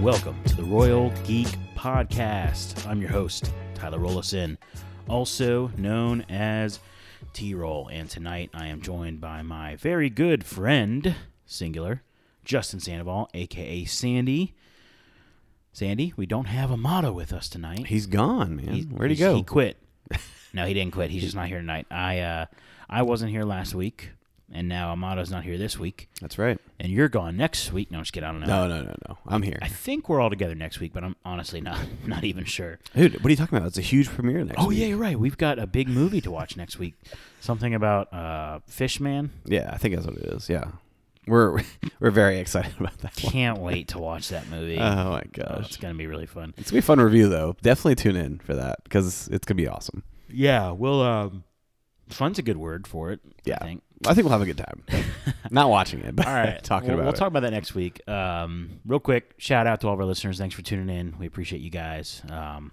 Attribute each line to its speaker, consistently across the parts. Speaker 1: welcome to the Royal Geek Podcast. I'm your host, Tyler Rollison, also known as T Roll. And tonight I am joined by my very good friend, singular, Justin Sandoval, aka Sandy. Sandy, we don't have Amato with us tonight.
Speaker 2: He's gone, man.
Speaker 1: He's-
Speaker 2: Where'd he
Speaker 1: he's-
Speaker 2: go?
Speaker 1: He quit. No, he didn't quit. He's just not here tonight. I uh, I wasn't here last week, and now Amato's not here this week,
Speaker 2: That's right.
Speaker 1: and you're gone next week. No, I'm just kidding. I don't know.
Speaker 2: No, no, no, no. I'm here.
Speaker 1: Uh, I think we're all together next week, but I'm honestly not not even sure.
Speaker 2: Dude, what are you talking about? It's a huge premiere next
Speaker 1: Oh
Speaker 2: week.
Speaker 1: yeah, you're right. We've got a big movie to watch next week. Something about uh, Fishman.
Speaker 2: Yeah, I think that's what it is. Yeah. We're we're very excited about that one.
Speaker 1: Can't wait to watch that movie.
Speaker 2: Oh my
Speaker 1: Oh,
Speaker 2: gosh.
Speaker 1: it's gonna be really fun.
Speaker 2: It's gonna be a fun review though. Definitely tune in for that because it's gonna be awesome.
Speaker 1: Yeah, well, um, fun's a good word for it.
Speaker 2: Yeah.
Speaker 1: I think.
Speaker 2: I think we'll have a good time. Not watching it, but
Speaker 1: All right.
Speaker 2: talking
Speaker 1: we'll,
Speaker 2: about
Speaker 1: We'll
Speaker 2: it.
Speaker 1: talk about that next week. Um, real quick, shout out to all of our listeners. Thanks for tuning in. We appreciate you guys. Um,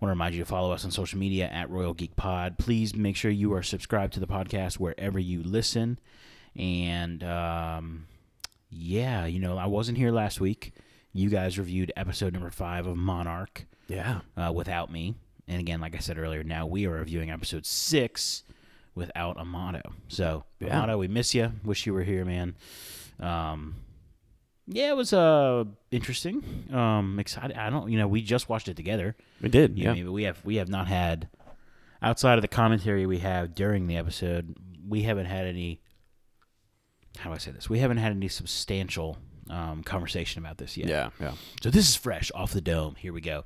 Speaker 1: want to remind you to follow us on social media at Royal Geek Pod. Please make sure you are subscribed to the podcast wherever you listen. And um, yeah, you know, I wasn't here last week. You guys reviewed episode number five of Monarch
Speaker 2: yeah.
Speaker 1: uh, without me. And again, like I said earlier, now we are reviewing episode six without Amato. So
Speaker 2: Yeah.
Speaker 1: Amato, we miss you. Wish you were here, man. Um, yeah, it was uh interesting. Um, excited. I don't, you know, we just watched it together.
Speaker 2: We did.
Speaker 1: You know,
Speaker 2: Yeah.
Speaker 1: maybe we have we have not had outside of the commentary we have during the episode. We haven't had any. How do I say this? We haven't had any substantial um, conversation about this yet.
Speaker 2: Yeah. Yeah.
Speaker 1: So this is fresh off the dome. Here we go.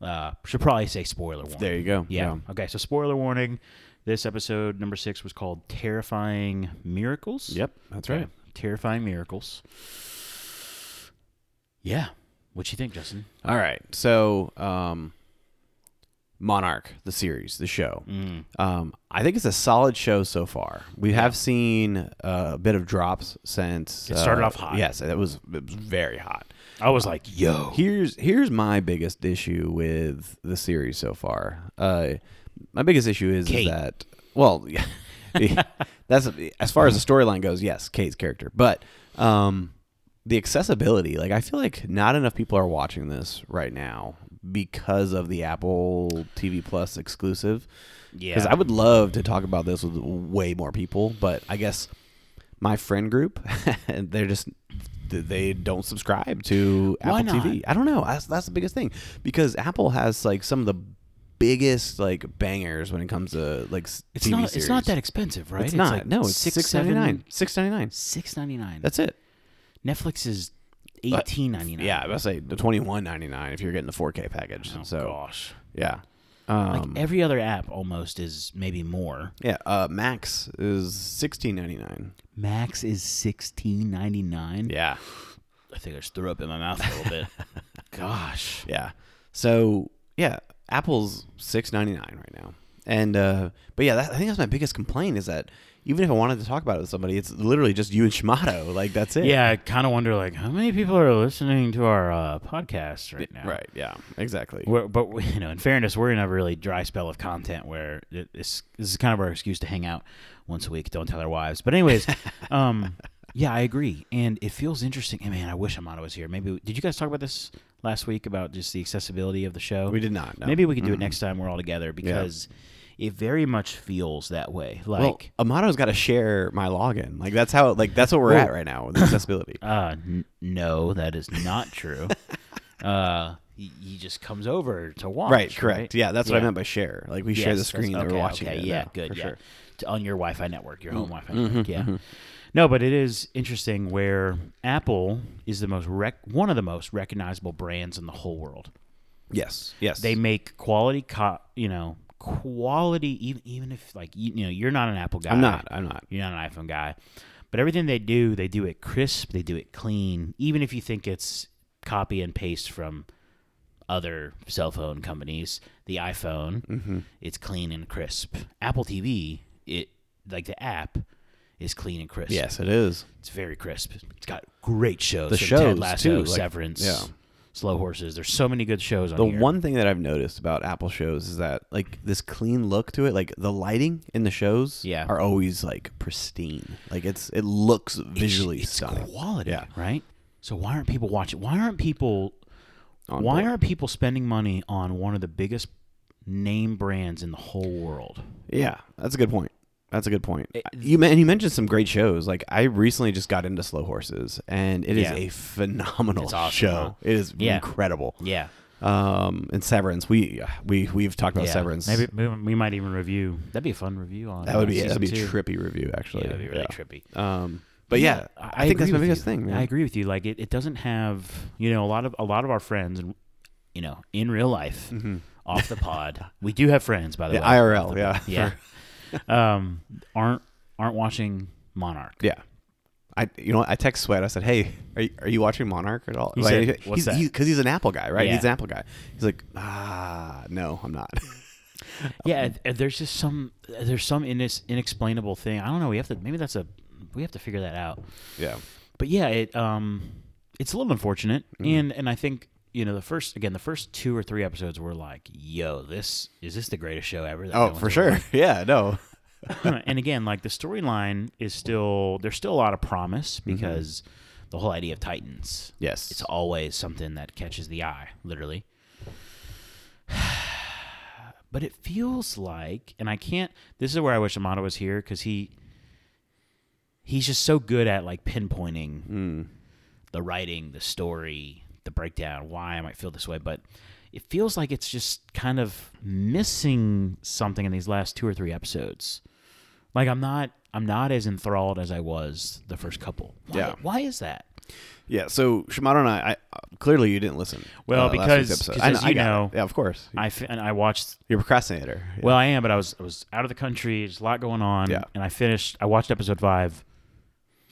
Speaker 1: Uh, should probably say spoiler warning.
Speaker 2: There you go.
Speaker 1: yeah. Okay. So spoiler warning. This episode number six was called "Terrifying Miracles."
Speaker 2: Yep. That's
Speaker 1: Okay.
Speaker 2: right.
Speaker 1: Terrifying miracles. Yeah. What you think, Justin?
Speaker 2: All right. So um Monarch, the series, the show.
Speaker 1: Mm.
Speaker 2: Um, I think it's a solid show so far. We have seen uh, a bit of drops since
Speaker 1: It started
Speaker 2: uh,
Speaker 1: off hot.
Speaker 2: Yes, it was, it was very hot.
Speaker 1: I was like, "Yo."
Speaker 2: Here's here's my biggest issue with the series so far. Uh, my biggest issue is,
Speaker 1: Kate.
Speaker 2: that well, that's as far as the storyline goes. Yes, Kate's character, but um, the accessibility. Like I feel like not enough people are watching this right now because of the Apple TV Plus exclusive. Because
Speaker 1: Yeah.
Speaker 2: I would love to talk about this with way more people, but I guess my friend group, they're just they don't subscribe to
Speaker 1: Why
Speaker 2: Apple
Speaker 1: not?
Speaker 2: TV. I don't know. That's that's the biggest thing because Apple has like some of the biggest like bangers when it comes to like s-
Speaker 1: it's
Speaker 2: TV
Speaker 1: not.
Speaker 2: series.
Speaker 1: It's not that expensive, right?
Speaker 2: It's, not.
Speaker 1: like
Speaker 2: no, it's
Speaker 1: six,
Speaker 2: six ninety nine. Six ninety nine.
Speaker 1: Six ninety nine.
Speaker 2: That's it.
Speaker 1: Netflix is eighteen ninety nine.
Speaker 2: Yeah, I was gonna say the twenty one ninety nine if you're getting the four K package.
Speaker 1: Oh
Speaker 2: so
Speaker 1: gosh.
Speaker 2: yeah,
Speaker 1: Like
Speaker 2: um,
Speaker 1: every other app almost is maybe more.
Speaker 2: yeah. Uh, Max is sixteen ninety nine.
Speaker 1: Max is sixteen ninety nine.
Speaker 2: Yeah.
Speaker 1: I think I just threw up in my mouth a little bit. Gosh.
Speaker 2: Yeah. So yeah, Apple's six ninety nine right now, and uh, but yeah, that, I think that's my biggest complaint is that even if I wanted to talk about it with somebody, it's literally just you and Shmato. Like that's it.
Speaker 1: Yeah, I kind of wonder like how many people are listening to our uh, podcast right now.
Speaker 2: Right. Yeah. Exactly.
Speaker 1: We're, but we- you know, in fairness, we're in a really dry spell of content where it- it's, this is kind of our excuse to hang out once a week. Don't tell our wives. But anyways, um, yeah, I agree, and it feels interesting. And man, I wish Amato was here. Maybe did you guys talk about this last week about just the accessibility of the show?
Speaker 2: We did not. No.
Speaker 1: Maybe we can do it next time we're all together because it very much feels that way. Like.
Speaker 2: Well, Amato's got to share my login. Like that's how. Like that's what we're at right now with accessibility.
Speaker 1: Uh, n- no, that is not true. uh, he, he just comes over to watch.
Speaker 2: right. Correct.
Speaker 1: right?
Speaker 2: Yeah. That's what
Speaker 1: Yeah.
Speaker 2: I meant by share. Like we share
Speaker 1: Yes,
Speaker 2: the
Speaker 1: that's-
Speaker 2: screen that
Speaker 1: okay,
Speaker 2: we're watching.
Speaker 1: Okay,
Speaker 2: it
Speaker 1: yeah,
Speaker 2: now,
Speaker 1: good.
Speaker 2: for
Speaker 1: Yeah,
Speaker 2: sure. Mm-hmm,
Speaker 1: To- on your Wi-Fi network, your home Wi-Fi network. Yeah. No, but it is interesting where Apple is the most rec- one of the most recognizable brands in the whole world.
Speaker 2: Yes. Yes.
Speaker 1: They make quality, co- you know, quality. Even even if like you, you know you're not an Apple guy,
Speaker 2: I'm not. I'm not.
Speaker 1: you're not an iPhone guy. But everything they do, they do it crisp, they do it clean, even if you think it's copy and paste from other cell phone companies. The iPhone,
Speaker 2: Mm-hmm.
Speaker 1: it's clean and crisp. Apple TV, it like the app is clean and crisp.
Speaker 2: Yes, it is.
Speaker 1: It's very crisp. It's got great shows.
Speaker 2: The
Speaker 1: from
Speaker 2: shows,
Speaker 1: Ted Lasso,
Speaker 2: too, like-
Speaker 1: Severance,
Speaker 2: yeah.
Speaker 1: Slow Horses. There's so many good shows on
Speaker 2: The
Speaker 1: here.
Speaker 2: one thing that I've noticed about Apple shows is that like this clean look to it, like the lighting in the shows
Speaker 1: Yeah.
Speaker 2: are always like pristine. Like it's it looks visually
Speaker 1: it's
Speaker 2: stunning.
Speaker 1: quality,
Speaker 2: Yeah.
Speaker 1: right? So why aren't people watching? Why aren't people?
Speaker 2: on
Speaker 1: why
Speaker 2: board.
Speaker 1: aren't people spending money on one of the biggest name brands in the whole world?
Speaker 2: Yeah, that's a good point. That's a good point. you men- and you mentioned some great shows. Like I recently just got into Slow Horses, and it is
Speaker 1: Yeah.
Speaker 2: a phenomenal
Speaker 1: It's awesome,
Speaker 2: show.
Speaker 1: huh?
Speaker 2: It is
Speaker 1: Yeah.
Speaker 2: incredible.
Speaker 1: Yeah,
Speaker 2: Um, and Severance. We we we've talked about
Speaker 1: yeah.
Speaker 2: Severance.
Speaker 1: Maybe maybe we might even review. That'd be a fun review on
Speaker 2: that would be
Speaker 1: uh,
Speaker 2: that'd be
Speaker 1: season
Speaker 2: a
Speaker 1: two.
Speaker 2: trippy review actually.
Speaker 1: Yeah, that'd be really trippy.
Speaker 2: trippy. Um, but yeah, I, think that's
Speaker 1: agree
Speaker 2: my
Speaker 1: with
Speaker 2: biggest
Speaker 1: you.
Speaker 2: thing. Man.
Speaker 1: I agree with you. Like it, it doesn't have you know a lot of a lot of our friends and you know in real life off the pod we do have friends by the
Speaker 2: The
Speaker 1: way
Speaker 2: IRL. Mm-hmm.
Speaker 1: yeah
Speaker 2: Yeah,
Speaker 1: um aren't aren't watching Monarch
Speaker 2: yeah. I you know what? I text Sweat. I said, "Hey, are you, are you watching Monarch at all?"
Speaker 1: He
Speaker 2: Like,
Speaker 1: said, "What's that?"
Speaker 2: Because he's an Apple guy, right?
Speaker 1: Yeah.
Speaker 2: He's an Apple guy. He's like, "Ah, no, I'm not."
Speaker 1: yeah th- there's just some there's some inex- inexplainable thing I don't know we have to maybe that's a we have to figure that out
Speaker 2: yeah.
Speaker 1: but yeah, it um, it's a little unfortunate,
Speaker 2: Mm-hmm.
Speaker 1: and and I think you know the first again the first two or three episodes were like, yo, this is this the greatest show ever? that no
Speaker 2: Oh,
Speaker 1: one's
Speaker 2: for
Speaker 1: ever
Speaker 2: sure.
Speaker 1: watched?"
Speaker 2: Yeah, no.
Speaker 1: and again, like the storyline is still there's still a lot of promise
Speaker 2: Mm-hmm.
Speaker 1: because the whole idea of Titans,
Speaker 2: Yes.
Speaker 1: it's always something that catches the eye, literally. But it feels like, and I can't. This is where I wish Amato was here because he he's just so good at like pinpointing the writing, the story, the breakdown, why I might feel this way. But it feels like it's just kind of missing something in these last two or three episodes. Like I'm not I'm not as enthralled as I was the first couple. Why,
Speaker 2: Yeah.
Speaker 1: Why is that?
Speaker 2: yeah. So Shimano and I, I clearly you didn't listen. uh,
Speaker 1: Well,
Speaker 2: last week's
Speaker 1: because-
Speaker 2: episode.
Speaker 1: 'cause
Speaker 2: I,
Speaker 1: as
Speaker 2: I
Speaker 1: you
Speaker 2: got it.
Speaker 1: know-
Speaker 2: yeah, of course,
Speaker 1: I fi- and I watched
Speaker 2: you're a procrastinator. Yeah.
Speaker 1: Well, I am, but I was I was out of the country. There's a lot going on.
Speaker 2: Yeah.
Speaker 1: And I finished. I watched episode five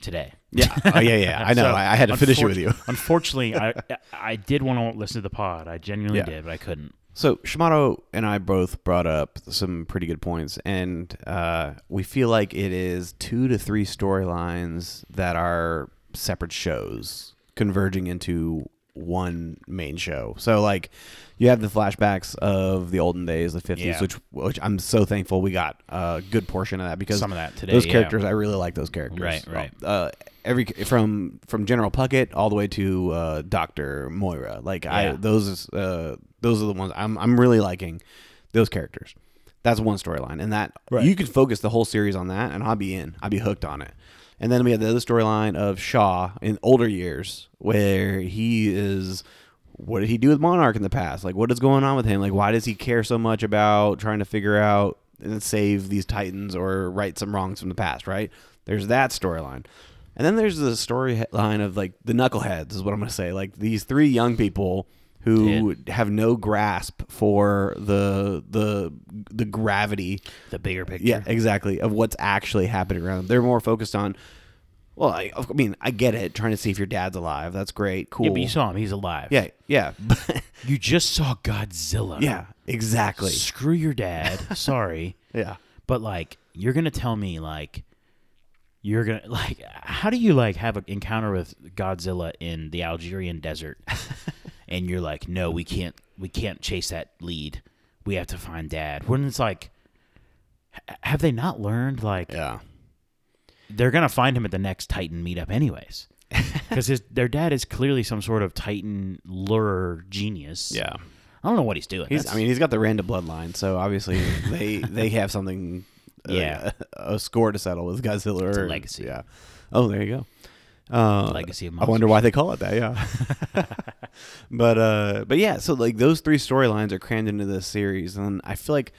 Speaker 1: today.
Speaker 2: yeah, oh, yeah, yeah. I know.
Speaker 1: So,
Speaker 2: I, I had to finish it with
Speaker 1: unfortu-
Speaker 2: you.
Speaker 1: unfortunately, I I did want to listen to the pod. I genuinely
Speaker 2: Yeah.
Speaker 1: did, but I couldn't.
Speaker 2: So Shimano and I both brought up some pretty good points, and uh, we feel like it is two to three storylines that are separate shows converging into one main show. So like, you have the flashbacks of the olden days, the fifties,
Speaker 1: Yeah.
Speaker 2: which which I'm so thankful we got a good portion of that because
Speaker 1: Some of that today,
Speaker 2: Those
Speaker 1: yeah.
Speaker 2: characters, I really like those characters.
Speaker 1: Right, right.
Speaker 2: Uh, every from from General Puckett all the way to uh, Doctor Moira, like I
Speaker 1: Yeah.
Speaker 2: those is, uh, those are the ones I'm I'm really liking those characters. That's one storyline, and that
Speaker 1: Right.
Speaker 2: you could focus the whole series on that, and I'll be in. I'll be hooked on it. And then we have the other storyline of Shaw in older years, where he is. What did he do with Monarch in the past? Like, what is going on with him? Like, why does he care so much about trying to figure out and save these titans or right some wrongs from the past? Right? There's that storyline. And then there's the storyline of like the knuckleheads is what I'm gonna say. Like these three young people who have no grasp for the the the gravity.
Speaker 1: The bigger picture.
Speaker 2: Yeah, exactly. Of what's actually happening around them. They're more focused on. Well, I, I mean, I get it. Trying to see if your dad's alive. That's great. Cool.
Speaker 1: Yeah, but you saw him. He's alive.
Speaker 2: yeah, yeah,
Speaker 1: You just saw Godzilla.
Speaker 2: yeah, exactly.
Speaker 1: Screw your dad. Sorry.
Speaker 2: Yeah.
Speaker 1: But like, you're gonna tell me like, you're gonna like, how do you like have an encounter with Godzilla in the Algerian desert, and you're like, no, we can't, we can't chase that lead. We have to find Dad. When it's like, h- have they not learned like
Speaker 2: Yeah.
Speaker 1: they're gonna find him at the next Titan meetup anyways? Because his their dad is clearly some sort of Titan lure genius.
Speaker 2: Yeah.
Speaker 1: I don't know what he's doing.
Speaker 2: He's.
Speaker 1: That's-
Speaker 2: I mean, he's got the Randa bloodline, so obviously they they have something. uh,
Speaker 1: Yeah.
Speaker 2: a score to settle with Godzilla.
Speaker 1: a
Speaker 2: or-
Speaker 1: legacy.
Speaker 2: Yeah. Oh, there you go. Uh,
Speaker 1: Legacy of
Speaker 2: I wonder why they call it that. Yeah. but uh, but yeah. So like those three storylines are crammed into this series, and I feel like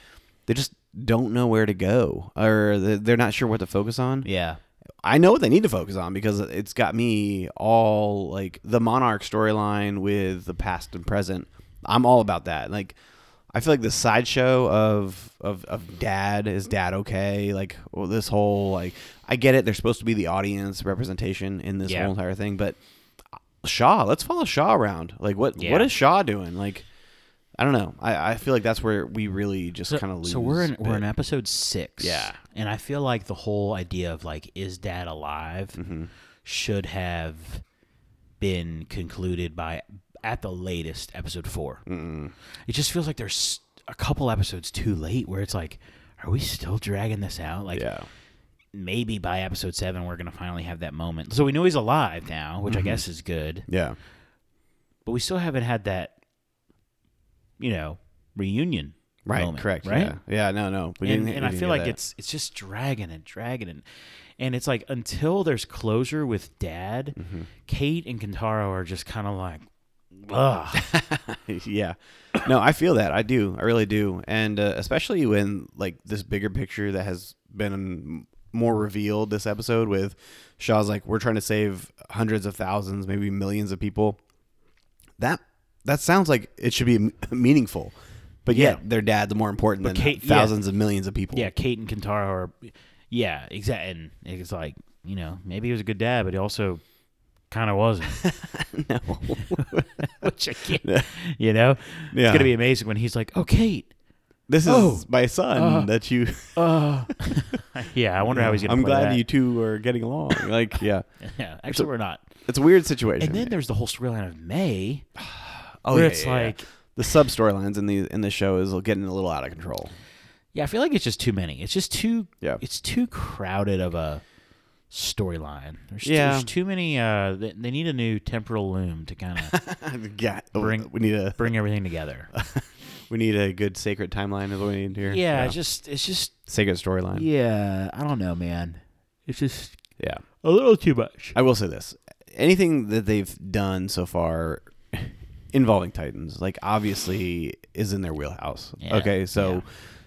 Speaker 2: they just don't know where to go, or they- they're not sure what to focus on.
Speaker 1: yeah,
Speaker 2: I know what they need to focus on because it's got me all like the monarch storyline with the past and present. I'm all about that. Like I feel like the sideshow of of of dad is dad okay? Like well, this whole like I get it. They're supposed to be the audience representation in this
Speaker 1: Yeah.
Speaker 2: whole entire thing, but uh, Shaw, let's follow Shaw around. Like what
Speaker 1: Yeah.
Speaker 2: what is Shaw doing? Like I don't know. I, I feel like that's where we really just
Speaker 1: so,
Speaker 2: kind of lose.
Speaker 1: so we're in
Speaker 2: a
Speaker 1: we're
Speaker 2: bit.
Speaker 1: in episode six.
Speaker 2: Yeah.
Speaker 1: and I feel like the whole idea of like is dad alive
Speaker 2: Mm-hmm.
Speaker 1: should have been concluded by at the latest episode 4 It just feels like there's a couple episodes too late where it's like, are we still dragging this out? Like,
Speaker 2: yeah.
Speaker 1: maybe by episode seven we're gonna finally have that moment. So we know he's alive now, which
Speaker 2: Mm-hmm.
Speaker 1: I guess is good.
Speaker 2: Yeah.
Speaker 1: But we still haven't had that, you know, reunion.
Speaker 2: Right.
Speaker 1: moment,
Speaker 2: correct.
Speaker 1: Right.
Speaker 2: Yeah. Yeah, No. No. We
Speaker 1: and
Speaker 2: didn't-
Speaker 1: and
Speaker 2: we
Speaker 1: I
Speaker 2: didn't
Speaker 1: feel
Speaker 2: get
Speaker 1: like
Speaker 2: that.
Speaker 1: it's it's just dragging and dragging and and it's like until there's closure with dad,
Speaker 2: Mm-hmm.
Speaker 1: Kate and Kentaro are just kind of like, ugh,
Speaker 2: yeah. No, I feel that. I do. I really do. And uh, especially when like this bigger picture that has been um, more revealed this episode with Shaw's like we're trying to save hundreds of thousands, maybe millions of people. That that sounds like it should be m- meaningful. But yet
Speaker 1: Yeah.
Speaker 2: their dad's more important than
Speaker 1: Kate- yeah.
Speaker 2: thousands of millions of people.
Speaker 1: yeah, Kate and Kentaro are, yeah, exactly. And it's like you know maybe he was a good dad, but he also kind of wasn't. Which I can't, you know, it's
Speaker 2: Yeah.
Speaker 1: gonna be amazing when he's like, oh Kate,
Speaker 2: This is
Speaker 1: Oh.
Speaker 2: my son
Speaker 1: Uh,
Speaker 2: that you
Speaker 1: uh, yeah, I wonder how he's gonna.
Speaker 2: I'm
Speaker 1: play
Speaker 2: glad
Speaker 1: that.
Speaker 2: you two are getting along. Like, yeah.
Speaker 1: Yeah, actually, we're not.
Speaker 2: It's a weird situation.
Speaker 1: And then there's the whole storyline of May,
Speaker 2: oh,
Speaker 1: where
Speaker 2: yeah,
Speaker 1: it's
Speaker 2: yeah, yeah.
Speaker 1: like,
Speaker 2: the sub storylines in the in the show is getting a little out of control.
Speaker 1: Yeah, I feel like it's just too many. It's just too
Speaker 2: Yeah.
Speaker 1: it's too crowded of a storyline. There's,
Speaker 2: Yeah.
Speaker 1: there's too many uh they, they need a new temporal loom to kind of
Speaker 2: yeah,
Speaker 1: Bring-
Speaker 2: we need a
Speaker 1: bring everything together.
Speaker 2: we need a good sacred timeline is what we need here.
Speaker 1: Yeah, it's just it's just
Speaker 2: sacred storyline. Yeah.
Speaker 1: yeah, I don't know, man. It's just a little too much.
Speaker 2: I will say this: anything that they've done so far involving Titans, like obviously, is in their wheelhouse.
Speaker 1: Yeah,
Speaker 2: Okay, so
Speaker 1: yeah.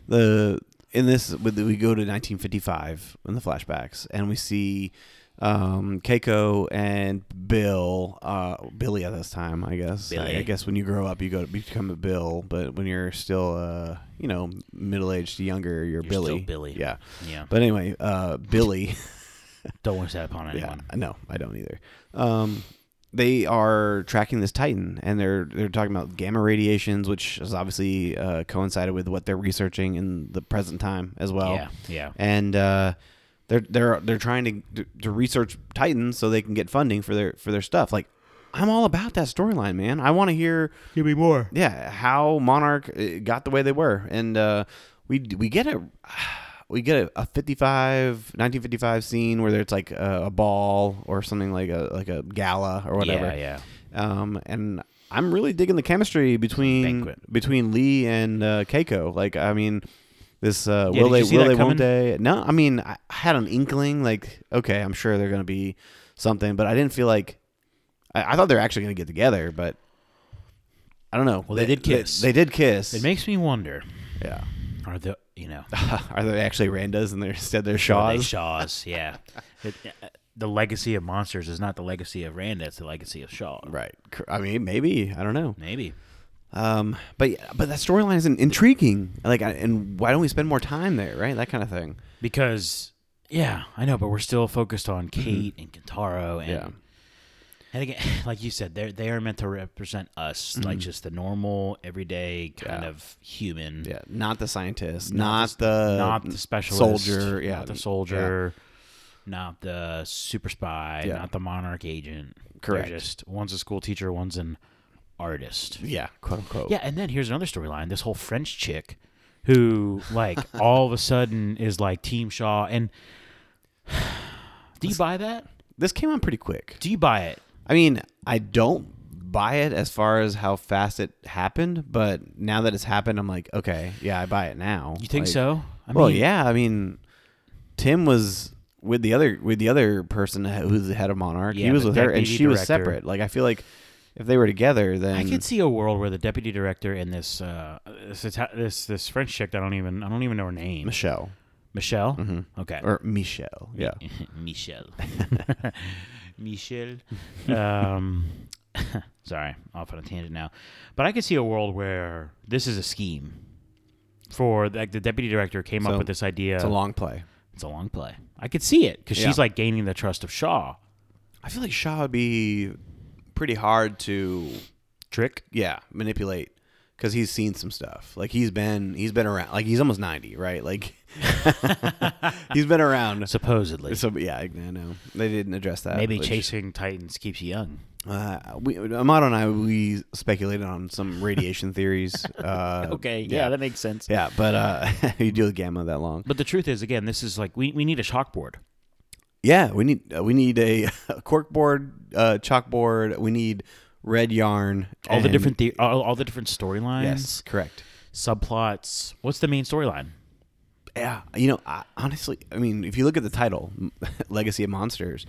Speaker 2: the in this with the- we go to 1955 in the flashbacks, and we see um keiko and bill uh billy at this time i guess I- I,
Speaker 1: Billy.
Speaker 2: guess when you grow up you go to become a bill but when you're still uh you know middle-aged to younger you're,
Speaker 1: You're
Speaker 2: billy
Speaker 1: still Billy.
Speaker 2: yeah
Speaker 1: Yeah.
Speaker 2: but anyway uh billy
Speaker 1: don't wish that upon anyone.
Speaker 2: yeah, no, I don't either. Um, they are tracking this Titan, and they're they're talking about gamma radiations, which is obviously uh, coincided with what they're researching in the present time as well.
Speaker 1: Yeah, yeah.
Speaker 2: And uh, they're they're they're trying to to research Titans so they can get funding for their for their stuff. Like, I'm all about that storyline, man. I want to hear
Speaker 1: Give me more.
Speaker 2: yeah how monarch uh, got the way they were and uh we we get a we get a, a 55 1955 scene where it's like a, a ball or something like a like a gala or whatever
Speaker 1: Yeah, yeah.
Speaker 2: um and i'm really digging the chemistry between
Speaker 1: Banquet.
Speaker 2: between lee and uh keiko like i mean this uh
Speaker 1: Yeah,
Speaker 2: will
Speaker 1: did
Speaker 2: they
Speaker 1: you see
Speaker 2: will
Speaker 1: that
Speaker 2: they won't
Speaker 1: coming?
Speaker 2: they no i mean i I had an inkling like okay i'm sure they're gonna be something but i didn't feel like i, I thought they were actually gonna get together but I don't know.
Speaker 1: Well, they did kiss.
Speaker 2: They, did kiss.
Speaker 1: It makes me wonder
Speaker 2: yeah.
Speaker 1: are the, you know,
Speaker 2: Are they actually Randas and they're instead they're
Speaker 1: Are they
Speaker 2: Shaws?
Speaker 1: Shaws, yeah. It, uh, the legacy of monsters is not the legacy of Rand. It's the legacy of Shaw.
Speaker 2: right. Cor- I mean, maybe. I don't know.
Speaker 1: Maybe.
Speaker 2: Um, but but that storyline is in- intriguing. Like, I- and why don't we spend more time there? Right, that kind of thing.
Speaker 1: Because, yeah, I know, but we're still focused on Kate and Kentaro. And,
Speaker 2: Mm-hmm. Yeah.
Speaker 1: and again, like you said, they're, they are meant to represent us, like just the normal, everyday kind
Speaker 2: Mm-hmm. Yeah.
Speaker 1: of human.
Speaker 2: Yeah, not the scientist,
Speaker 1: Not
Speaker 2: not, the
Speaker 1: not the specialist.
Speaker 2: soldier. Yeah,
Speaker 1: Not the soldier. Not the super spy.
Speaker 2: Yeah.
Speaker 1: Not the monarch agent. They're
Speaker 2: Correct.
Speaker 1: Just, one's a school teacher, one's an artist.
Speaker 2: Yeah, quote unquote.
Speaker 1: Yeah, and then here's another storyline. This whole French chick who like all of a sudden is like Team Shaw and Do you buy that?
Speaker 2: this came on pretty quick.
Speaker 1: Do you buy it?
Speaker 2: I mean, I don't buy it as far as how fast it happened, but now that it's happened, I'm like, okay, yeah, I buy it now.
Speaker 1: You think
Speaker 2: Like,
Speaker 1: so? I
Speaker 2: well, yeah. I mean, Tim was with the other with the other person who's the head of Monarch. he
Speaker 1: Yeah,
Speaker 2: was
Speaker 1: the
Speaker 2: with her, and
Speaker 1: deputy
Speaker 2: she was
Speaker 1: director.
Speaker 2: separate. Like, I feel like if they were together, then
Speaker 1: I could see a world where the deputy director and this uh, this Ita- this this French chick that I don't even I don't even know her name
Speaker 2: Michelle
Speaker 1: Michelle. Okay,
Speaker 2: mm-hmm. or Michelle. Yeah,
Speaker 1: Michelle. Michelle. um, sorry, off on a tangent now. But I could see a world where this is a scheme for like the deputy director came
Speaker 2: So,
Speaker 1: up with this idea.
Speaker 2: it's a long play.
Speaker 1: It's a long play. I could see it because
Speaker 2: Yeah.
Speaker 1: she's like gaining the trust of Shaw.
Speaker 2: I feel like Shaw would be pretty hard to
Speaker 1: Trick.
Speaker 2: yeah manipulate because he's seen some stuff like he's been he's been around like he's almost 90 right like he's been around
Speaker 1: Supposedly.
Speaker 2: so yeah i I know they didn't address that
Speaker 1: Maybe
Speaker 2: which-
Speaker 1: chasing Titans keeps you young.
Speaker 2: Uh, we Amato and I we speculated on some radiation theories. Uh,
Speaker 1: Okay, yeah, that makes sense.
Speaker 2: yeah, but uh, you deal with gamma that long.
Speaker 1: But the truth is, again, this is like we, we need a chalkboard.
Speaker 2: Yeah, we need uh, we need a, a corkboard, uh, chalkboard. We need red yarn.
Speaker 1: All the
Speaker 2: and-
Speaker 1: different the- all, all the different storylines,
Speaker 2: Yes, correct.
Speaker 1: subplots. What's the main storyline?
Speaker 2: Yeah, you know, I, honestly, I mean, if you look at the title, Legacy of Monsters.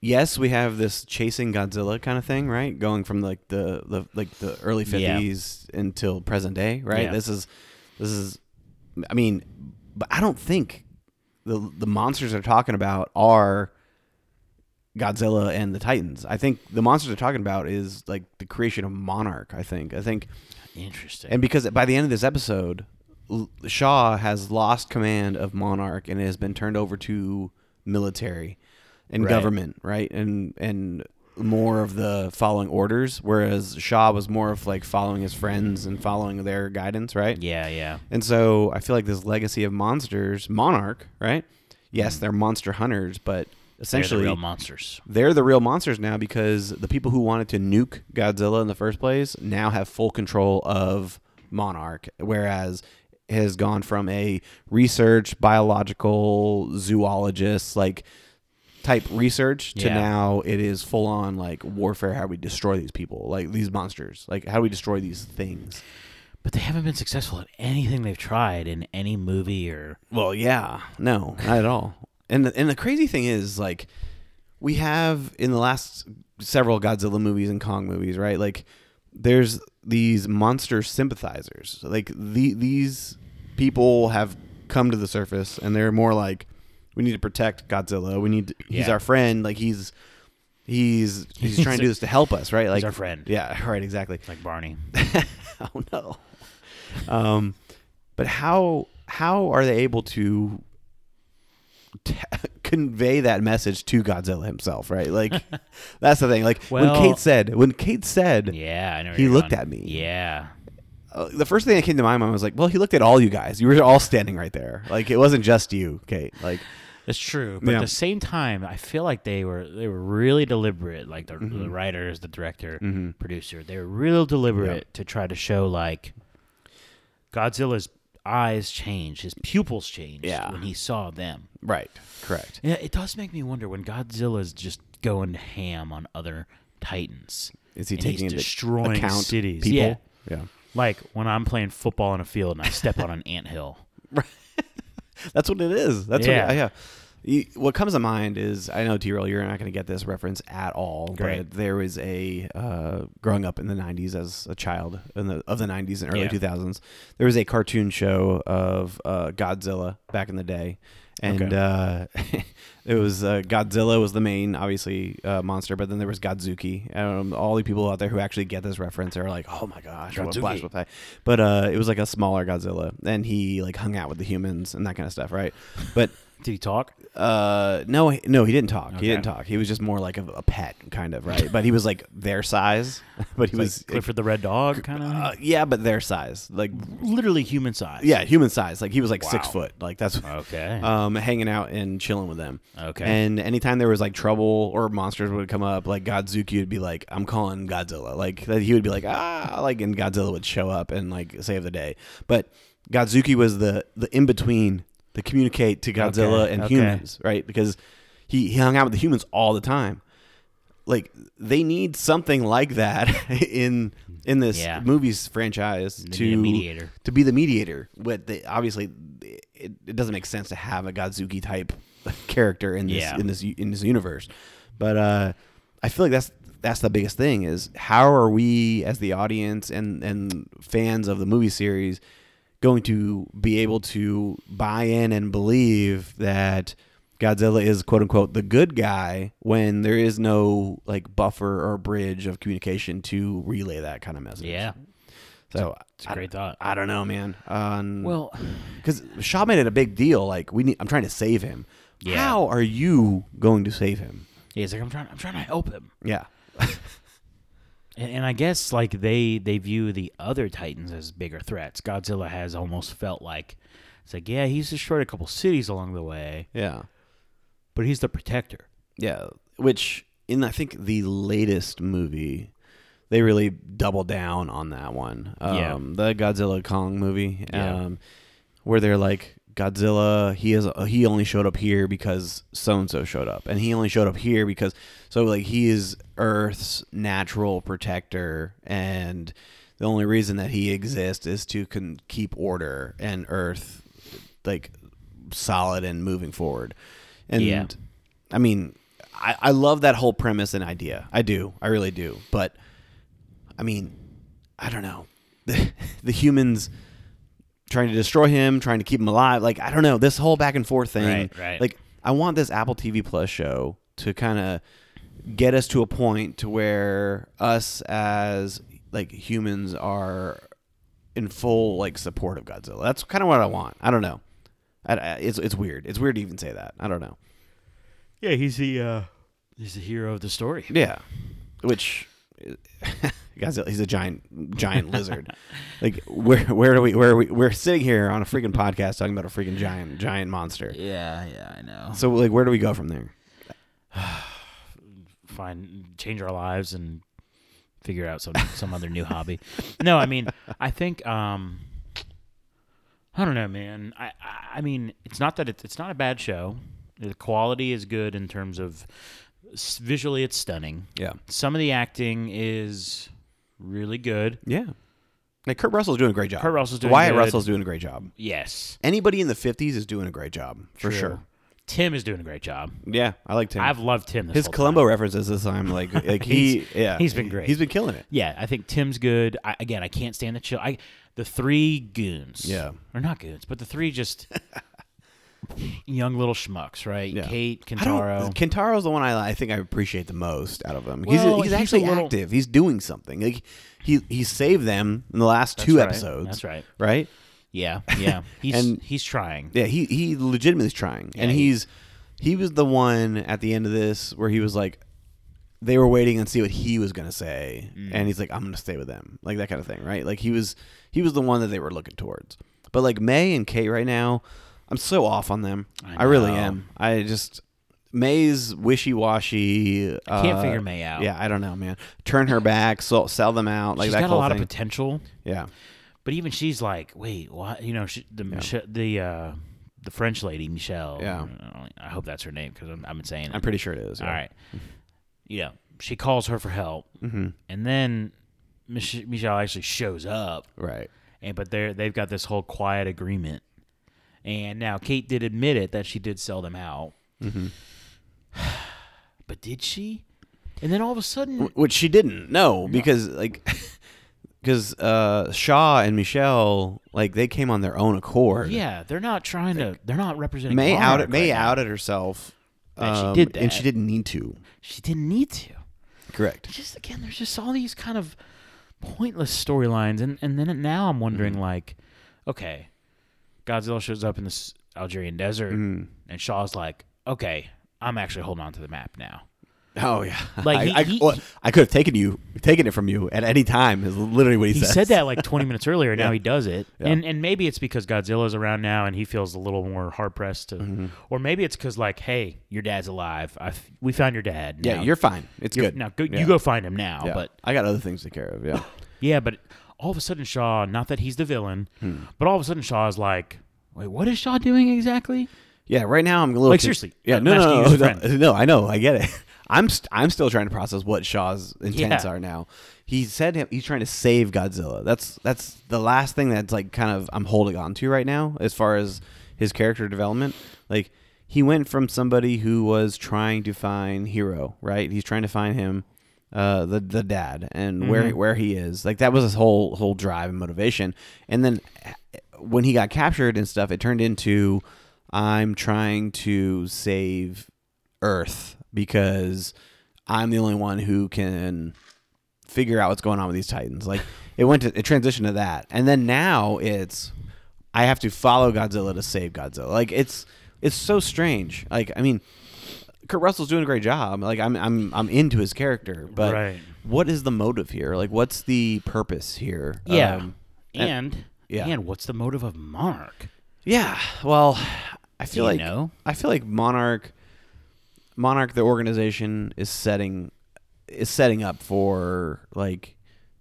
Speaker 2: Yes, we have this chasing Godzilla kind of thing, right? Going from like the, the like the early
Speaker 1: Yeah.
Speaker 2: fifties until present day, right?
Speaker 1: Yeah.
Speaker 2: This is this is, I mean, but I don't think the the monsters they're talking about are Godzilla and the Titans. I think the monsters they're talking about is like the creation of Monarch. I think. I think
Speaker 1: Interesting.
Speaker 2: and because by the end of this episode, L- Shaw has lost command of Monarch and it has been turned over to military and
Speaker 1: Right.
Speaker 2: government, right? And and more of the following orders, whereas Shaw was more of like following his friends and following their guidance, right?
Speaker 1: yeah, yeah.
Speaker 2: And so I feel like this legacy of monsters, Monarch, right? Yes, they're monster hunters, but
Speaker 1: Mm. They're the
Speaker 2: essentially
Speaker 1: real monsters.
Speaker 2: they're the real monsters now because the people who wanted to nuke Godzilla in the first place now have full control of Monarch, whereas it has gone from a research biological zoologist like type research to
Speaker 1: Yeah.
Speaker 2: now it is full on like warfare how do we destroy these people like these monsters like how do we destroy these things
Speaker 1: But they haven't been successful at anything they've tried in any movie or
Speaker 2: Well, yeah, no, not at all. And the, and the crazy thing is, like, we have in the last several Godzilla movies and Kong movies, right? Like, there's these monster sympathizers. Like the these people have come to the surface, and they're more like, we need to protect Godzilla. We need to, he's
Speaker 1: Yeah.
Speaker 2: our friend. Like he's he's he's trying to do this to help us, right? Like
Speaker 1: our friend.
Speaker 2: Yeah, right. Exactly
Speaker 1: like Barney.
Speaker 2: oh no. Um, but how how are they able to t- convey that message to Godzilla himself? Right, like that's the thing. Like
Speaker 1: Well-
Speaker 2: when Kate said, when Kate said,
Speaker 1: Yeah, I know. where
Speaker 2: He
Speaker 1: you're
Speaker 2: looked
Speaker 1: going.
Speaker 2: at me.
Speaker 1: Yeah,
Speaker 2: uh, the first thing that came to my mind was like, well, he looked at all you guys. You were all standing right there. Like it wasn't just you, Kate. Like
Speaker 1: that's true. But
Speaker 2: Yeah.
Speaker 1: at the same time, I feel like they were they were really deliberate. Like the,
Speaker 2: Mm-hmm.
Speaker 1: the writers, the director, producer, they were real deliberate to try to show like Godzilla's eyes changed, his pupils changed
Speaker 2: Yeah.
Speaker 1: when he saw them.
Speaker 2: right, correct.
Speaker 1: Yeah, it does make me wonder when Godzilla's just going ham on other titans.
Speaker 2: Is he
Speaker 1: and
Speaker 2: taking
Speaker 1: he's
Speaker 2: into
Speaker 1: destroying
Speaker 2: account
Speaker 1: cities?
Speaker 2: people?
Speaker 1: Yeah.
Speaker 2: yeah.
Speaker 1: Like when I'm playing football in a field and I step on an anthill.
Speaker 2: That's what it is. That's
Speaker 1: Yeah.
Speaker 2: what. Yeah. You- What comes to mind is I know T roll you're not going to get this reference at all,
Speaker 1: Great.
Speaker 2: but there was a uh, growing up in the '90s as a child in the, of the '90s and early
Speaker 1: Yeah.
Speaker 2: 2000s. There was a cartoon show of uh, Godzilla back in the day, and
Speaker 1: Okay.
Speaker 2: uh, it was uh, Godzilla was the main obviously uh, monster, but then there was Godzuki. Um, all the people out there who actually get this reference are like, "Oh my gosh, what
Speaker 1: Godzuki.
Speaker 2: Flash Fly. But uh, it was like a smaller Godzilla, and he like hung out with the humans and that kind of stuff, right? But
Speaker 1: Did he talk?
Speaker 2: uh, no, he- no, he didn't talk.
Speaker 1: Okay.
Speaker 2: He didn't talk. He was just more like a, a pet, kind of, right? But he was like their size. But he was,
Speaker 1: Like Clifford the Red Dog kind of
Speaker 2: uh, yeah, but their size, like
Speaker 1: literally human size.
Speaker 2: yeah, human size. Like he was like six
Speaker 1: Wow. Oh,
Speaker 2: foot. Like that's
Speaker 1: Okay.
Speaker 2: um, hanging out and chilling with them.
Speaker 1: Okay.
Speaker 2: And anytime there was like trouble or monsters would come up, like Godzuki would be like, "I'm calling Godzilla." Like that he would be like, "Ah!" Like and Godzilla would show up and like save the day. But Godzuki was the the in between to communicate to Godzilla
Speaker 1: Okay,
Speaker 2: and
Speaker 1: okay.
Speaker 2: humans, right? Because he, he hung out with the humans all the time. Like they need something like that in in this
Speaker 1: Yeah.
Speaker 2: movies franchise
Speaker 1: They need a
Speaker 2: to
Speaker 1: mediator.
Speaker 2: to be the mediator. But they, obviously, it, it doesn't make sense to have a Godzuki type character in this
Speaker 1: Yeah.
Speaker 2: in this u- in this universe. But uh, I feel like that's that's the biggest thing is how are we as the audience and and fans of the movie series going to be able to buy in and believe that Godzilla is quote unquote the good guy when there is no like buffer or bridge of communication to relay that kind of message.
Speaker 1: yeah.
Speaker 2: So
Speaker 1: It's a great thought.
Speaker 2: I don't know, man. Um,
Speaker 1: Well,
Speaker 2: because Shaw made it a big deal. Like we need, I'm trying to save him.
Speaker 1: Yeah.
Speaker 2: How are you going to save him?
Speaker 1: he's like I'm trying. I'm trying to help him,
Speaker 2: Yeah.
Speaker 1: and, and I guess like they they view the other Titans as bigger threats. Godzilla has almost felt like it's like yeah, he's destroyed a couple cities along the way,
Speaker 2: Yeah.
Speaker 1: but he's the protector.
Speaker 2: Yeah. Which in I think the latest movie, they really doubled down on that one.
Speaker 1: Yeah.
Speaker 2: Um, The Godzilla Kong movie,
Speaker 1: Yeah.
Speaker 2: um, where they're like Godzilla, he is he only showed up here because so and so showed up, and he only showed up here because so like he is Earth's natural protector and. The only reason that he exists is to can keep order and Earth, like, solid and moving forward. And
Speaker 1: Yeah.
Speaker 2: I mean, I, I love that whole premise and idea. I do. I really do. But I mean, I don't know. The, the humans trying to destroy him, trying to keep him alive. Like, I don't know. This whole back and forth thing.
Speaker 1: Right, right.
Speaker 2: Like, I want this Apple TV Plus show to kind of get us to a point to where us as like humans are in full like support of Godzilla. That's kind of what I want. I don't know. I, I- it's it's weird. It's weird to even say that. I don't know.
Speaker 1: Yeah, he's the uh, he's the hero of the story.
Speaker 2: Yeah, which Godzilla, he's a giant giant lizard. Like where where do we where are we we're sitting here on a freaking podcast talking about a freaking giant giant monster.
Speaker 1: Yeah, yeah, I know.
Speaker 2: So like where do we go from there?
Speaker 1: Find change our lives and figure out some some other new hobby. No, I mean, I think um, I don't know, man. I I, I mean, it's not that it's, it's not a bad show. The quality is good in terms of s- visually, it's stunning.
Speaker 2: Yeah,
Speaker 1: Some of the acting is really good.
Speaker 2: yeah. Like Kurt Russell's doing a great job.
Speaker 1: Kurt Russell's doing
Speaker 2: Wyatt
Speaker 1: good.
Speaker 2: Russell's doing a great job.
Speaker 1: Yes,
Speaker 2: Anybody in the fifties is doing a great job for
Speaker 1: True.
Speaker 2: sure.
Speaker 1: Tim is doing a great job.
Speaker 2: Yeah, I like Tim.
Speaker 1: I've loved Tim. This
Speaker 2: His
Speaker 1: whole time.
Speaker 2: Columbo references this time, like like he yeah
Speaker 1: he's been great.
Speaker 2: He's been killing it.
Speaker 1: Yeah, I think Tim's good. I, again, I can't stand the chill. I the three goons.
Speaker 2: Yeah.
Speaker 1: or not goons, but the three just young little schmucks, right?
Speaker 2: Yeah.
Speaker 1: Kate,
Speaker 2: I don't,
Speaker 1: Kentaro.
Speaker 2: Kentaro's the one I, I think I appreciate the most out of him.
Speaker 1: Well,
Speaker 2: he's he's
Speaker 1: he's
Speaker 2: actually
Speaker 1: a little-
Speaker 2: active. He's doing something. Like he he saved them in the last two
Speaker 1: right.
Speaker 2: episodes.
Speaker 1: That's right.
Speaker 2: Right?
Speaker 1: Yeah, yeah. He's
Speaker 2: And-
Speaker 1: he's trying.
Speaker 2: Yeah, he he legitimately is trying. and
Speaker 1: Yeah, he-
Speaker 2: he's he was the one at the end of this where he was like they were waiting and see what he was gonna say.
Speaker 1: Mm.
Speaker 2: And he's like, I'm gonna stay with them. Like that kind of thing, right? Like he was he was the one that they were looking towards. But like May and Kate right now, I'm so off on them. I,
Speaker 1: I
Speaker 2: really
Speaker 1: know.
Speaker 2: am. I just May's wishy washy. I
Speaker 1: can't figure May out.
Speaker 2: uh, Yeah, I don't know, man. Turn her back, sell, sell them out, like
Speaker 1: she's
Speaker 2: that
Speaker 1: got a
Speaker 2: whole
Speaker 1: lot
Speaker 2: thing.
Speaker 1: of potential,
Speaker 2: yeah,
Speaker 1: but even she's like, wait, what? You know, she, the Mich- the uh, the French lady Michelle.
Speaker 2: Yeah.
Speaker 1: I hope that's her name because I'm, I'm insane.
Speaker 2: I'm pretty sure it is.
Speaker 1: All right. Yeah. She calls her for help. Mm-hmm. And then Mich- Michelle actually shows up.
Speaker 2: right.
Speaker 1: And but they are they've got this whole quiet agreement. And now Kate did admit it that she did sell them out.
Speaker 2: Mm-hmm.
Speaker 1: but did she? And then all of a sudden,
Speaker 2: Wh- which she didn't no because like because uh shaw and michelle like they came on their own accord
Speaker 1: yeah, they're not trying to. They're not representing.
Speaker 2: may
Speaker 1: Monarch
Speaker 2: out may
Speaker 1: right now.
Speaker 2: outed herself
Speaker 1: And she
Speaker 2: um,
Speaker 1: did
Speaker 2: and she
Speaker 1: that.
Speaker 2: didn't need to
Speaker 1: She didn't need to.
Speaker 2: correct
Speaker 1: Just again, there's just all these kind of pointless storylines, and and then now I'm wondering
Speaker 2: Mm-hmm.
Speaker 1: like, okay, Godzilla shows up in this Algerian desert,
Speaker 2: Mm-hmm.
Speaker 1: and Shaw's like, okay, I'm actually holding on to the map now.
Speaker 2: oh yeah
Speaker 1: Like,
Speaker 2: I,
Speaker 1: he-
Speaker 2: I,
Speaker 1: he-
Speaker 2: well, I could have taken you taken it from you at any time is literally what he,
Speaker 1: He
Speaker 2: says.
Speaker 1: said that like 20 minutes earlier. Now
Speaker 2: Yeah.
Speaker 1: he does it,
Speaker 2: Yeah.
Speaker 1: and and maybe it's because Godzilla's around now, and he feels a little more hard pressed to,
Speaker 2: Mm-hmm.
Speaker 1: or maybe it's because like, hey, your dad's alive. I f- we found your dad.
Speaker 2: yeah
Speaker 1: now.
Speaker 2: you're fine it's
Speaker 1: You're-
Speaker 2: good
Speaker 1: Now go,
Speaker 2: Yeah.
Speaker 1: you go find him now,
Speaker 2: Yeah.
Speaker 1: but
Speaker 2: i got other things to take care of yeah
Speaker 1: Yeah, but all of a sudden Shaw, not that he's the villain, but all of a sudden Shaw is like, wait, what is Shaw doing exactly?
Speaker 2: Yeah, right now I'm a little
Speaker 1: Like,
Speaker 2: con-
Speaker 1: seriously,
Speaker 2: Yeah,
Speaker 1: I'm
Speaker 2: no,
Speaker 1: asking
Speaker 2: no,
Speaker 1: you
Speaker 2: no,
Speaker 1: as a
Speaker 2: no,
Speaker 1: friend.
Speaker 2: no, I know, I get it. I'm st- I'm still trying to process what Shaw's intents
Speaker 1: Yeah.
Speaker 2: are now. He said him, he's trying to save Godzilla. That's that's the last thing that's like kind of I'm holding on to right now as far as his character development. Like he went from somebody who was trying to find Hero, right? He's trying to find him, uh, the the dad, and where where he is. Like that was his whole whole drive and motivation. And then eh, when he got captured and stuff, it turned into I'm trying to save Earth because I'm the only one who can figure out what's going on with these Titans. Like it went to it transitioned to that, and then now it's I have to follow Godzilla to save Godzilla. Like it's it's so strange. Like I mean, Kurt Russell's doing a great job. Like I'm I'm I'm into his character, but
Speaker 1: Right.
Speaker 2: what is the motive here? Like what's the purpose here?
Speaker 1: Yeah.
Speaker 2: Um,
Speaker 1: and
Speaker 2: yeah.
Speaker 1: and what's the motive of Monarch?
Speaker 2: yeah. Well, I feel
Speaker 1: you
Speaker 2: like
Speaker 1: know?
Speaker 2: I feel like Monarch Monarch the organization is setting is setting up for like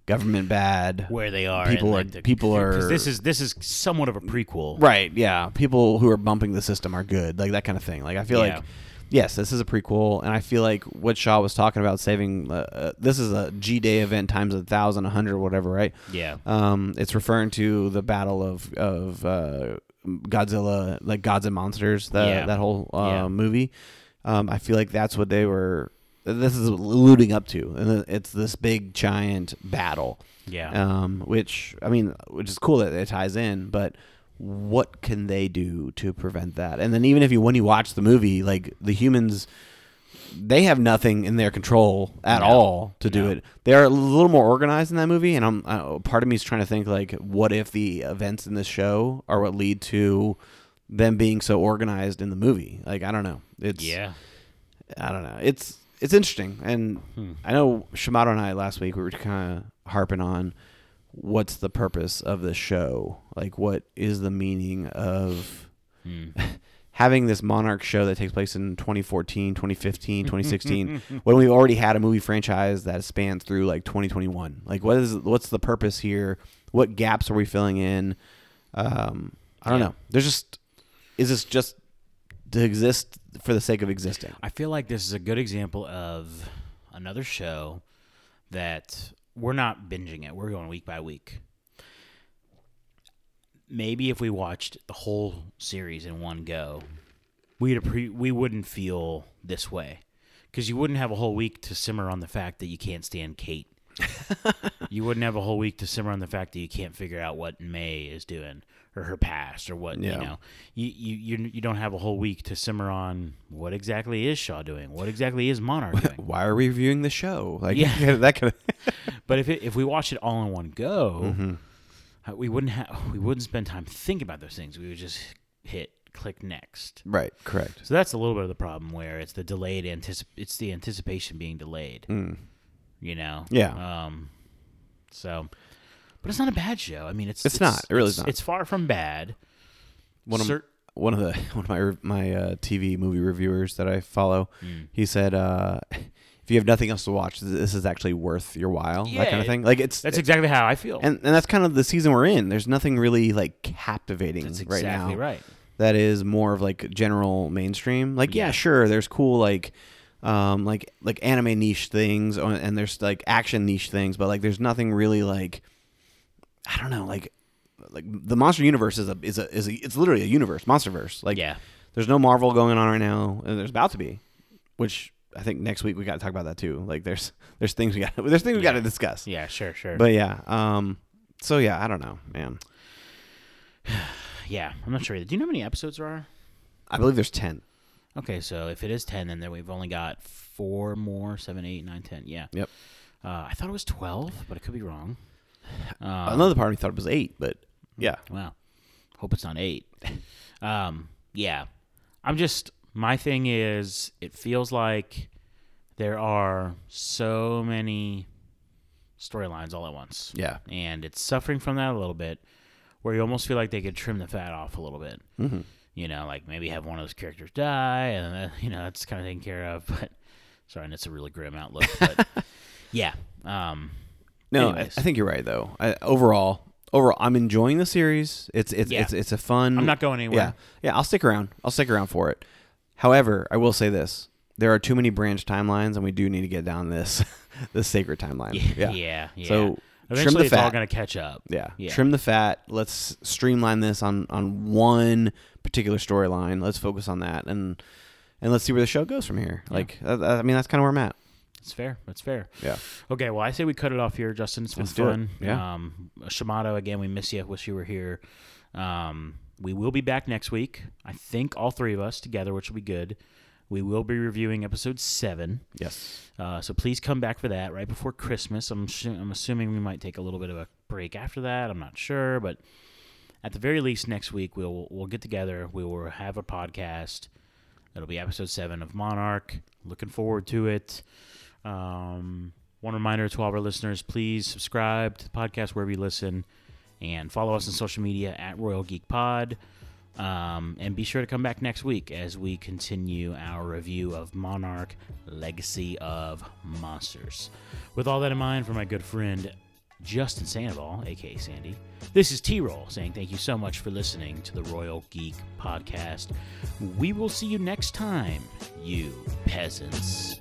Speaker 2: government bad
Speaker 1: where they are.
Speaker 2: People
Speaker 1: and,
Speaker 2: are-
Speaker 1: like, the-
Speaker 2: people
Speaker 1: 'cause
Speaker 2: are-
Speaker 1: This is this is somewhat of a prequel.
Speaker 2: Right, yeah. People who are bumping the system are good, like that kind of thing. Like I feel
Speaker 1: Yeah.
Speaker 2: like yes, this is a prequel and I feel like what Shaw was talking about saving uh, uh, this is a G-Day event times a thousand, a hundred, whatever, right?
Speaker 1: Yeah.
Speaker 2: Um, it's referring to the battle of of uh, Godzilla, like gods and monsters, that
Speaker 1: Yeah.
Speaker 2: that whole uh,
Speaker 1: Yeah.
Speaker 2: movie. Um, I feel like that's what they were. This is alluding up to, and it's this big giant battle.
Speaker 1: Yeah.
Speaker 2: Um, which I mean, which is cool that it ties in, but what can they do to prevent that? And then even if you when you watch the movie, like the humans, they have nothing in their control at
Speaker 1: No.
Speaker 2: all to do
Speaker 1: No.
Speaker 2: it. They are a little more organized in that movie, and I'm uh, part of me is trying to think like, what if the events in this show are what lead to them being so organized in the movie? Like I don't know. It's
Speaker 1: yeah.
Speaker 2: I don't know. It's it's interesting, and
Speaker 1: Hmm.
Speaker 2: I know Shimado and I last week we were kind of harping on what's the purpose of the show, like what is the meaning of
Speaker 1: Hmm.
Speaker 2: having this monarch show that takes place in 2014 2015 2016 when we've already had a movie franchise that spans through like 2021 like what is what's the purpose here what gaps are we filling in um i don't
Speaker 1: Yeah.
Speaker 2: know there's just is this just to exist for the sake of existing
Speaker 1: I feel like this is a good example of another show that we're not binging it. We're going week by week. Maybe if we watched the whole series in one go, we'd appre- we wouldn't feel this way because you wouldn't have a whole week to simmer on the fact that you can't stand Kate. you wouldn't have a whole week to simmer on the fact that you can't figure out what May is doing or her past or what you
Speaker 2: Yeah.
Speaker 1: know. You, you you you don't have a whole week to simmer on what exactly is Shaw doing, what exactly is Monarch doing.
Speaker 2: why are we reviewing the show? Like
Speaker 1: Yeah.
Speaker 2: that kind of
Speaker 1: But if it, if we watched it all in one go,
Speaker 2: Mm-hmm.
Speaker 1: uh, we wouldn't have we wouldn't spend time thinking about those things. We would just hit click next.
Speaker 2: right, correct.
Speaker 1: So that's a little bit of the problem where it's the delayed anticip it's the anticipation being delayed. You know.
Speaker 2: Mm. Yeah.
Speaker 1: Um. So, but it's not a bad show. I mean, it's
Speaker 2: It's not. It really is
Speaker 1: it's-
Speaker 2: not.
Speaker 1: It's far from bad.
Speaker 2: One of
Speaker 1: Cer-
Speaker 2: one of the one of my re- my uh, TV movie reviewers that I follow,
Speaker 1: Mm.
Speaker 2: he said, uh, "If you have nothing else to watch, th- this is actually worth your while." that kind
Speaker 1: Yeah,
Speaker 2: of thing. Like it's
Speaker 1: that's exactly how I feel.
Speaker 2: and and that's kind of the season we're in. There's nothing really like captivating
Speaker 1: that's
Speaker 2: right now.
Speaker 1: exactly right.
Speaker 2: that is more of like general mainstream. Like, yeah,
Speaker 1: Yeah.
Speaker 2: sure, there's cool like um like like anime niche things or- and there's like action niche things, but like there's nothing really like I don't know, like like the Monster Universe is a is a is a it's literally a universe, Monsterverse. Like
Speaker 1: Yeah.
Speaker 2: there's no Marvel going on right now, and there's about to be, which I think next week we got to talk about that too. Like there's there's things we got there's things we got to discuss.
Speaker 1: Yeah. Sure. Sure.
Speaker 2: But yeah, um so yeah, I don't know, man.
Speaker 1: yeah, I'm not sure. either. Do you know how many episodes there are?
Speaker 2: I believe there's 10.
Speaker 1: Okay, so if it is ten, then there we've only got four more seven, eight, nine, ten. Yeah.
Speaker 2: Yep.
Speaker 1: Uh, I thought it was twelve, but I could be wrong. Um,
Speaker 2: Another part of me thought it was 8, but yeah.
Speaker 1: Wow. Hope it's not eight. Um, yeah. I'm just, my thing is, it feels like there are so many storylines all at once.
Speaker 2: Yeah.
Speaker 1: And it's suffering from that a little bit, where you almost feel like they could trim the fat off a little bit. Mm-hmm. You know, like maybe have one of those characters die, and uh, you know that's kind of taken care of. But sorry, and it's a really grim outlook. But yeah, um,
Speaker 2: No, I, I
Speaker 1: Anyways.
Speaker 2: think you're right though. I, overall, overall, I'm enjoying the series. It's it's
Speaker 1: Yeah.
Speaker 2: it's it's a fun.
Speaker 1: I'm not going anywhere.
Speaker 2: Yeah, yeah. I'll stick around. I'll stick around for it. However, I will say this: there are too many branch timelines, and we do need to get down this this sacred timeline. Yeah,
Speaker 1: yeah, yeah.
Speaker 2: So, trim
Speaker 1: eventually,
Speaker 2: the
Speaker 1: it's all
Speaker 2: fat.
Speaker 1: going to catch up.
Speaker 2: Yeah.
Speaker 1: Yeah.
Speaker 2: Trim the fat. Let's streamline this on on one particular storyline. Let's focus on that, and and let's see where the show goes from here. Like, I, I mean, that's kind of where I'm at.
Speaker 1: It's fair. That's fair.
Speaker 2: Yeah.
Speaker 1: Okay. Well, I say we cut it off here, Justin. It's been
Speaker 2: Let's do it.
Speaker 1: fun.
Speaker 2: Yeah.
Speaker 1: Um, Shimado, again, we miss you. Wish you were here. Um, we will be back next week. I think all three of us together, which will be good. We will be reviewing episode seven.
Speaker 2: Yes.
Speaker 1: Uh, so please come back for that right before Christmas. I'm su- I'm assuming we might take a little bit of a break after that. I'm not sure, but at the very least next week we'll we'll get together. We will have a podcast. It'll be episode seven of Monarch. Looking forward to it. Um, one reminder to all of our listeners: please subscribe to the podcast wherever you listen, and follow us on social media at Royal Geek Pod. Um, and be sure to come back next week as we continue our review of Monarch Legacy of Monsters. With all that in mind, for my good friend Justin Sandoval, aka Sandy, this is T Roll saying thank you so much for listening to the Royal Geek Podcast. We will see you next time, you peasants.